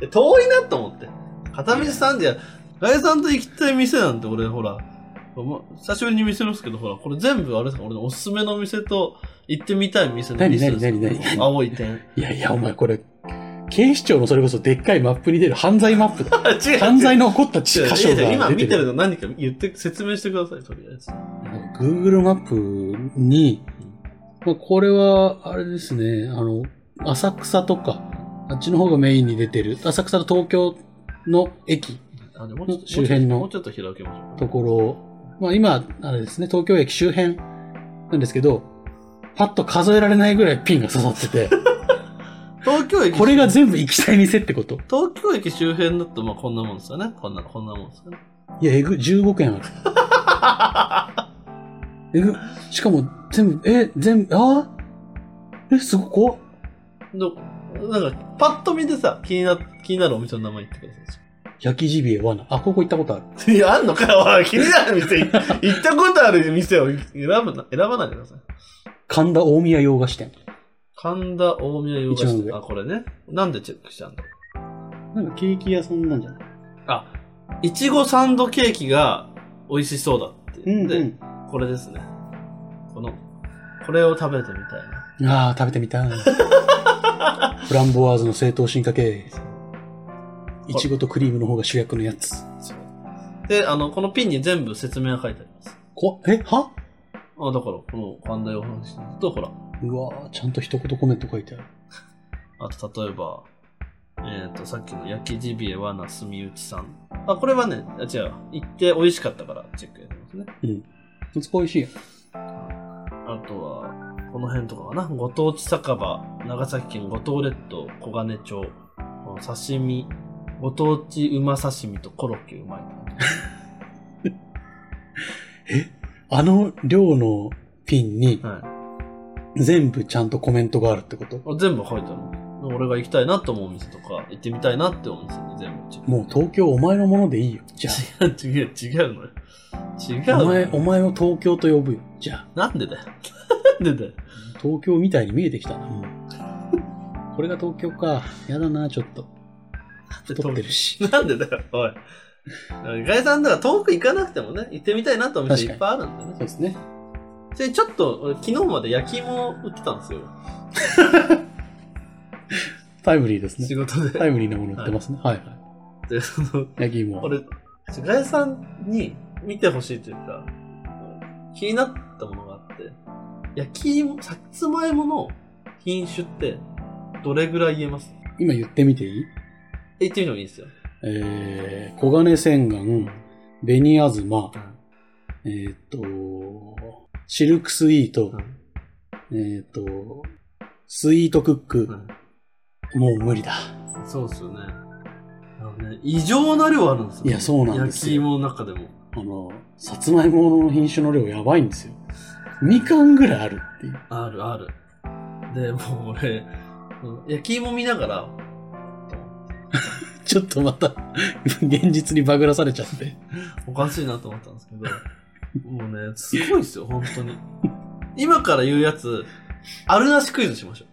S2: 遠いなと思って。片道3時や、ガイエさんと行きたい店なんて俺、ほら、ま久しぶりに見せますけど、ほら、これ全部あれですか、俺のおすすめの店と行ってみたい店の
S3: 何
S2: 店
S3: 何何何
S2: 青い点。
S3: いやいや、お前これ、警視庁のそれこそでっかいマップに出る犯罪マップ
S2: [laughs]
S3: だ。
S2: あ違
S3: [laughs]
S2: う
S3: 犯罪の起こった
S2: 違う
S3: 地箇所が出て
S2: 違う
S3: る。
S2: 今見てるの何か言って、説明してください、とりあえず。
S3: Google マップに、まあ、これは、あれですね、あの、浅草とか、あっちの方がメインに出てる、浅草と東京の駅
S2: あでもうちょっと
S3: 周辺の
S2: もうちょっと開けましょう。
S3: ところ、まあ今、あれですね、東京駅周辺なんですけど、パッと数えられないぐらいピンが刺さってて、
S2: 東京駅。
S3: これが全部行きたい店ってこと。
S2: 東京駅周辺だと、まあこんなもんですよね。こんな、こんなもんですよね。 [laughs]
S3: いや、えぐ、15件ある。えぐ、しかも全部、え、全部、あーえ、すごこ
S2: どなんか、パッと見てさ、気にな、気になるお店の名前言ってくださ
S3: 焼きジビエ罠。あ、ここ行ったことある。
S2: [laughs] い。いや、あんのかよ、おい気になる店、行ったことある店を選ぶな、選ばないでください。
S3: 神田大宮洋菓子店。
S2: 神田大宮洋菓
S3: 一番
S2: 子
S3: 上
S2: 店。あ、これね。なんでチェックしたんだろう
S3: なんかケーキ屋さんなんじゃない
S2: あ、いちごサンドケーキが美味しそうだって。で、
S3: ん。
S2: これですね。この、これを食べてみたいな。
S3: ああ、食べてみ [laughs] たい。フランボワーズの正当進化系。いちごとクリームの方が主役のやつ。
S2: そうで、あの、このピンに全部説明が書いてあります。
S3: こえは
S2: あ、だから、この神田洋菓子店と、ほら、
S3: うわーちゃんと一言コメント書いてある。
S2: あと、例えば、えっ、と、さっきの焼きジビエはなすみうちさん。あ、これはね、あ違う。行って美味しかったからチェックやりますね。
S3: むつこ美味しいよ。
S2: あとは、この辺とかかな。ご当地酒場、長崎県五島列島、小金町、刺身、ご当地馬刺身とコロッケうまい。
S3: あの量のピンに
S2: は
S3: 全部ちゃんとコメントがあるってこと
S2: い。全部書いてあるの。俺が行きたいなと思うお店とか、行ってみたいなって思うお店に全部チェック。
S3: もう東京お前のものでいいよ。じゃ
S2: [laughs] 違う、違うのよ。違う
S3: あ、お
S2: の
S3: 前、
S2: よ。
S3: お前を東京と呼ぶよ。じゃあ、
S2: なんでだよ。 [laughs] なんでだよ。
S3: 東京みたいに見えてきたな、も [laughs] う。これが東京か。やだな、ちょ [laughs] っと。太ってるし。
S2: [laughs] なんでだよ、おい。ガイさんだから遠く行かなくてもね、行ってみたいなってお店いっぱいあるんだ
S3: そ
S2: よ
S3: う
S2: ね。
S3: ですね。
S2: で、ちょっと、俺昨日まで焼き芋売ってたんですよ。
S3: タイムリーです
S2: 仕
S3: ね。
S2: 事で。
S3: タイムリーなもの売ってますね。はい、はい、
S2: で、その、
S3: 焼き芋。
S2: 俺、ガイさんに見てほしいというか、気になったものがあって、焼き芋、さつまいもの品種って、どれぐらい言えます
S3: 今言ってみていい
S2: 言ってみてもいいですよ。
S3: えー、黄金洗顔、紅あずま、えーっ、と、シルクスイート、
S2: うん
S3: えーっ、と、スイートクック、もう無理だ。
S2: そうっすよね。あのね、異常な量あるんですよ。
S3: いやそうなんですよ
S2: 焼き芋の中でも。
S3: あの、さつまいもの品種の量やばいんですよ。みかんぐらいあるっていう。
S2: あるある。で、もう俺、うん焼き芋見ながら、
S3: ちょっとまた、 [laughs] 現実にバグらされちゃって。
S2: おかしいなと思ったんですけ [laughs] ど、もうね、すごいですよ、本当に。今から言うやつ、あるなしクイズしましょ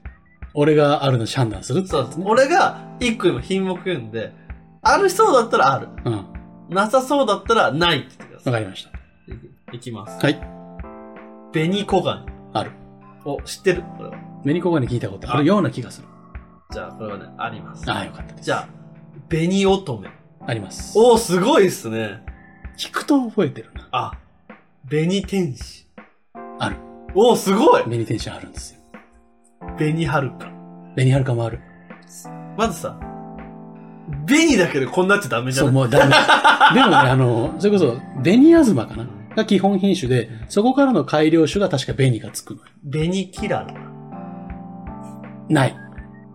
S3: 俺があるの判断するっ
S2: う。
S3: て
S2: そう
S3: こ
S2: で
S3: と
S2: す。俺が一個今品目言うんで、あるそうだったらある。
S3: うん。わ
S2: なさそうだったらないって言ってくださ
S3: か
S2: い。
S3: りました。
S2: いきます。
S3: はい。
S2: 紅小金。
S3: ある。
S2: お、知ってるこれは。
S3: メニコガに聞いたことあるような気がする。
S2: じゃあ、これはね、あります。
S3: ああ、よかったです。
S2: じゃあ、紅乙女。
S3: あります。
S2: おー、すごいっすね。
S3: 聞くと覚えてるな。
S2: あ、紅天使。
S3: ある。
S2: おー、すごい
S3: 紅天使あるんですよ。
S2: 紅はるか。
S3: 紅はるかもある。
S2: まずさ、紅だけでこんなっちゃダメじゃ
S3: そう、
S2: ない
S3: もうダメ。 [laughs] でもね、あの、それこそ、紅あずまかなが基本品種で、そこからの改良種が確か紅がつくのよ。
S2: 紅キララ。
S3: ない。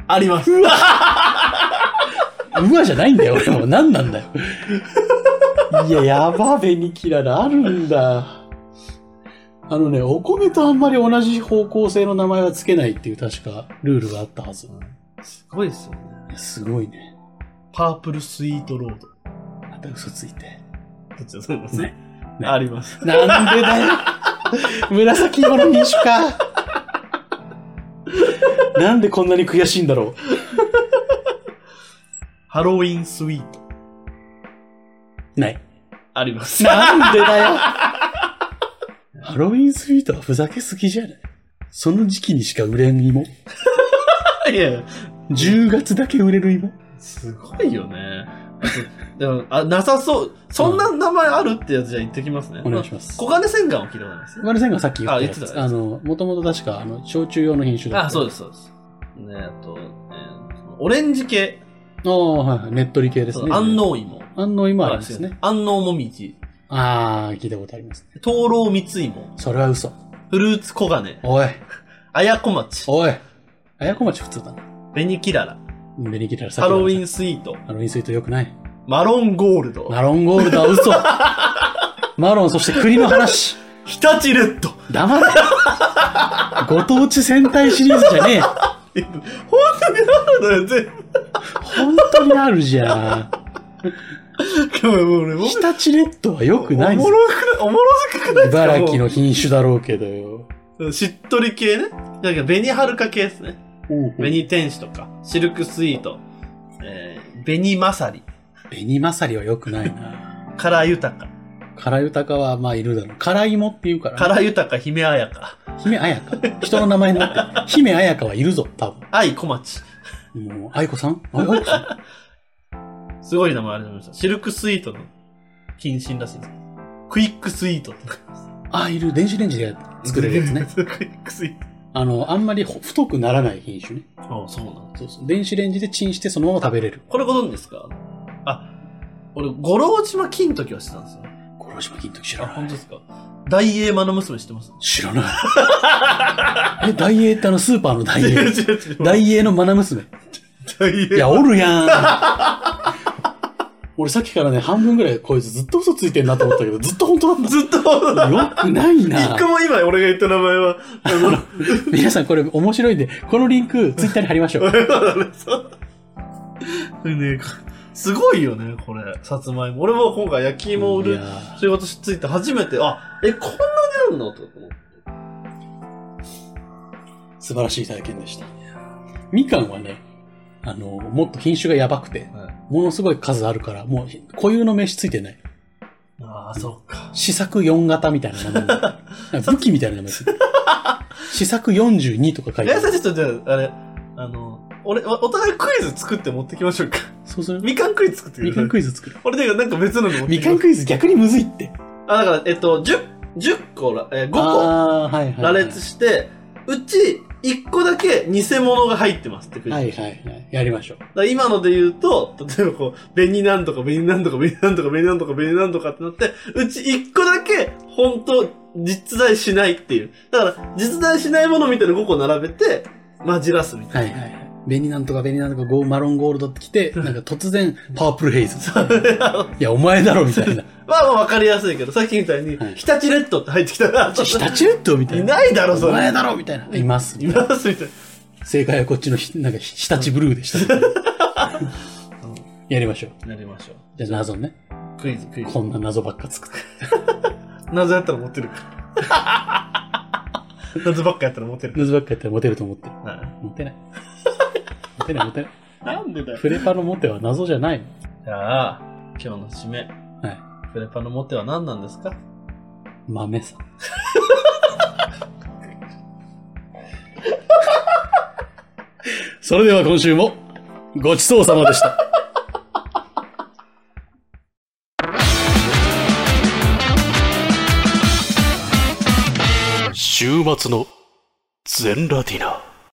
S2: あります。うわ
S3: うわじゃないんだよ、俺も。何なんだよ。 [laughs] いや、やば、紅キララあるんだ。あのね、お米とあんまり同じ方向性の名前はつけないっていう確かルールがあったはず。
S2: すごいっすよね。
S3: すごいね。
S2: パープルスイートロード。
S3: また嘘ついて。
S2: こちらそうですね。
S3: ね
S2: あります。
S3: なんでだよ。紫色の品種か。なんでこんなに悔しいんだろ
S2: ハロウィンスイート。
S3: う。ない。
S2: あります。
S3: なんでだよ。ハロウィンスイートはふざけすぎじゃないその時期にしか売れん芋。
S2: いやいや、
S3: 10月だけ売れる芋。
S2: すごいよね。でも、あ、なさそう。そんな名前あるってやつじゃ言ってきますね。
S3: お願いします。
S2: 小金洗顔を聞いたことないですね。
S3: 丸線がさっき言ったや
S2: あ言って
S3: つ。
S2: た
S3: あの、もともと確か、あの、焼酎用の品種だった。
S2: あ、そう
S3: で
S2: です、そうです。ね、あと、えーそのオレンジ系、
S3: す。ああ、はいはい。ねっとり系ですね。
S2: 安。納芋。
S3: 安納芋ありますね。
S2: 安納もみじ、
S3: ああ、聞いたことありますね。
S2: 灯籠蜜芋、
S3: それは嘘。
S2: フルーツ小金、
S3: おい、
S2: 綾子町、
S3: おい。あやこ町普通だな。
S2: 紅キララ、
S3: ベニキララ
S2: ハロウィ
S3: ン。
S2: ンスイート、
S3: ハロウィンスイートよくない。
S2: マロンゴールド、
S3: マロンゴールドは
S2: [laughs]
S3: 嘘。マロン、そして栗の話。
S2: 日立レッド。
S3: 黙れ。ご当地戦隊シリーズじゃねえ。
S2: え本当にあるのよ、全
S3: 本当にあるじゃん。
S2: 部。俺、も
S3: 日立レッドはよくない
S2: お
S3: ぞ
S2: もろくない、おもろくないですか
S3: 茨城の品種だろうけどよ。
S2: の。しっとり系ね。だけど、紅はるか系ですね。
S3: 紅、
S2: 紅天使とか、シルクスイート、えー、紅まさり、
S3: 紅まさりはよくないな。
S2: カラ豊か、
S3: 辛豊かはまあいるだろう。辛芋って言うから
S2: カ
S3: ね、
S2: ラ豊か、姫綾香、
S3: 姫綾香。人の名前になって。姫綾香はいるぞ、多分。
S2: 愛小町。
S3: もう、愛子さんあ愛子さん
S2: すごい名前ありました。シルクスイートの謹慎らしいです。クイックスイートって
S3: あ、いる。電子レンジで作れるやつね。
S2: [laughs] クイックスイー
S3: あの、あんまりほ太くならない品種ね。
S2: ト。あそうなの。
S3: そうそう。電子レンジでチンしてそのまま食べれる。
S2: これご存知ですかあ、俺、五郎島金時は知ってたんですよ。
S3: 五郎島金時知
S2: あ、
S3: らな
S2: 本
S3: い
S2: 当。ですか大英魔の娘知ってます
S3: 知らない。え、大英ってあのスーパーの大
S2: 違
S3: 英。
S2: う違う違う。
S3: 大英の愛娘。
S2: 大英
S3: いや、おるやん。俺さっきからね、半分ぐらいこいつずっと嘘ついてんなと思ったけど、ずっと本当なんだ。
S2: ずっと、
S3: よくない
S2: 一
S3: な
S2: 個。も今俺が言った名前は、あの、
S3: 皆さんこれ面白いんで、このリンクツイッターに貼りましょう。
S2: そうだね、そう。これ [laughs] ね、すごいよね、これ、さつまいも。俺も今回焼き芋を売
S3: い
S2: る
S3: や
S2: 仕事しついて初めて、あ、え、こんなにあるのと思って。
S3: 素晴らしい体験でした。みかんはね、あの、もっと品種がやばくて、
S2: はい
S3: ものすごい数あるから、もう固有の名詞ついてない。
S2: ああ、そっか。
S3: 試作4型みたいな名 [laughs] 前。なんか武器みたいな名前ついてる。試作42とか書いて
S2: 皆
S3: あ
S2: さん
S3: る。
S2: ちょっとじゃあ、あれ、あの、俺、おお互いクイズ作って持ってきましょうか。 [laughs]
S3: そうする
S2: みかんクイズ作って
S3: み
S2: く
S3: か
S2: だ
S3: ん
S2: さい。
S3: クイズ作る。
S2: 俺でなんか別なの持って
S3: み
S2: き
S3: かん
S2: ます。
S3: クイズ逆にむずいって。
S2: あ、だから、えっと、10、10個ら、えー、5個
S3: ああ、はいはい、は
S2: 羅
S3: い。
S2: 列して、うち1個だけ偽物が入ってますってクイズ。
S3: はいはいはい。やりましょう。
S2: だから今ので言うと、例えばこう、紅なんとか紅なんとか紅なんとか紅なんとか紅なんとかってなって、うち一個だけ、本当実在しないっていう。だから、実在しないものみたいな5個並べて、混じらすみた
S3: はいいはいはい。紅なんとか紅なんとかゴーマロンゴールドって来て、なんか突然パープルヘイズ。
S2: な。
S3: いや、お前だろみ [laughs] たいな。
S2: まあまあわかりやすいけど、さっきみたいに、
S3: はい
S2: 日立レッドって入ってきたら、
S3: シタチュットみた
S2: い
S3: いな。
S2: ないだろ、そ
S3: お前
S2: れ。
S3: だろみたいな。います。
S2: いますみたいな。
S3: 正解はこっちのひ、なんかひ、日立ブルーでした。 [laughs] やりましょう。
S2: なりましょ
S3: じゃあ謎ね。
S2: う。クイズ、クイズ。
S3: こんな謎ばっか作って。
S2: 謎やったら持 [laughs] ってるから。謎ばっかやったら持ってるか
S3: 謎ばっかやったらモテると思ってる。
S2: ら。はい
S3: モテない。モテないモテない。
S2: なんでだよ。
S3: フレパのモテは謎じゃない。
S2: じゃあ、今日の締め。はい。フレパのモテは何なんですか
S3: 豆さ。 [laughs] それでは今週もごちそうさまでした。
S1: 週末の全ラティナ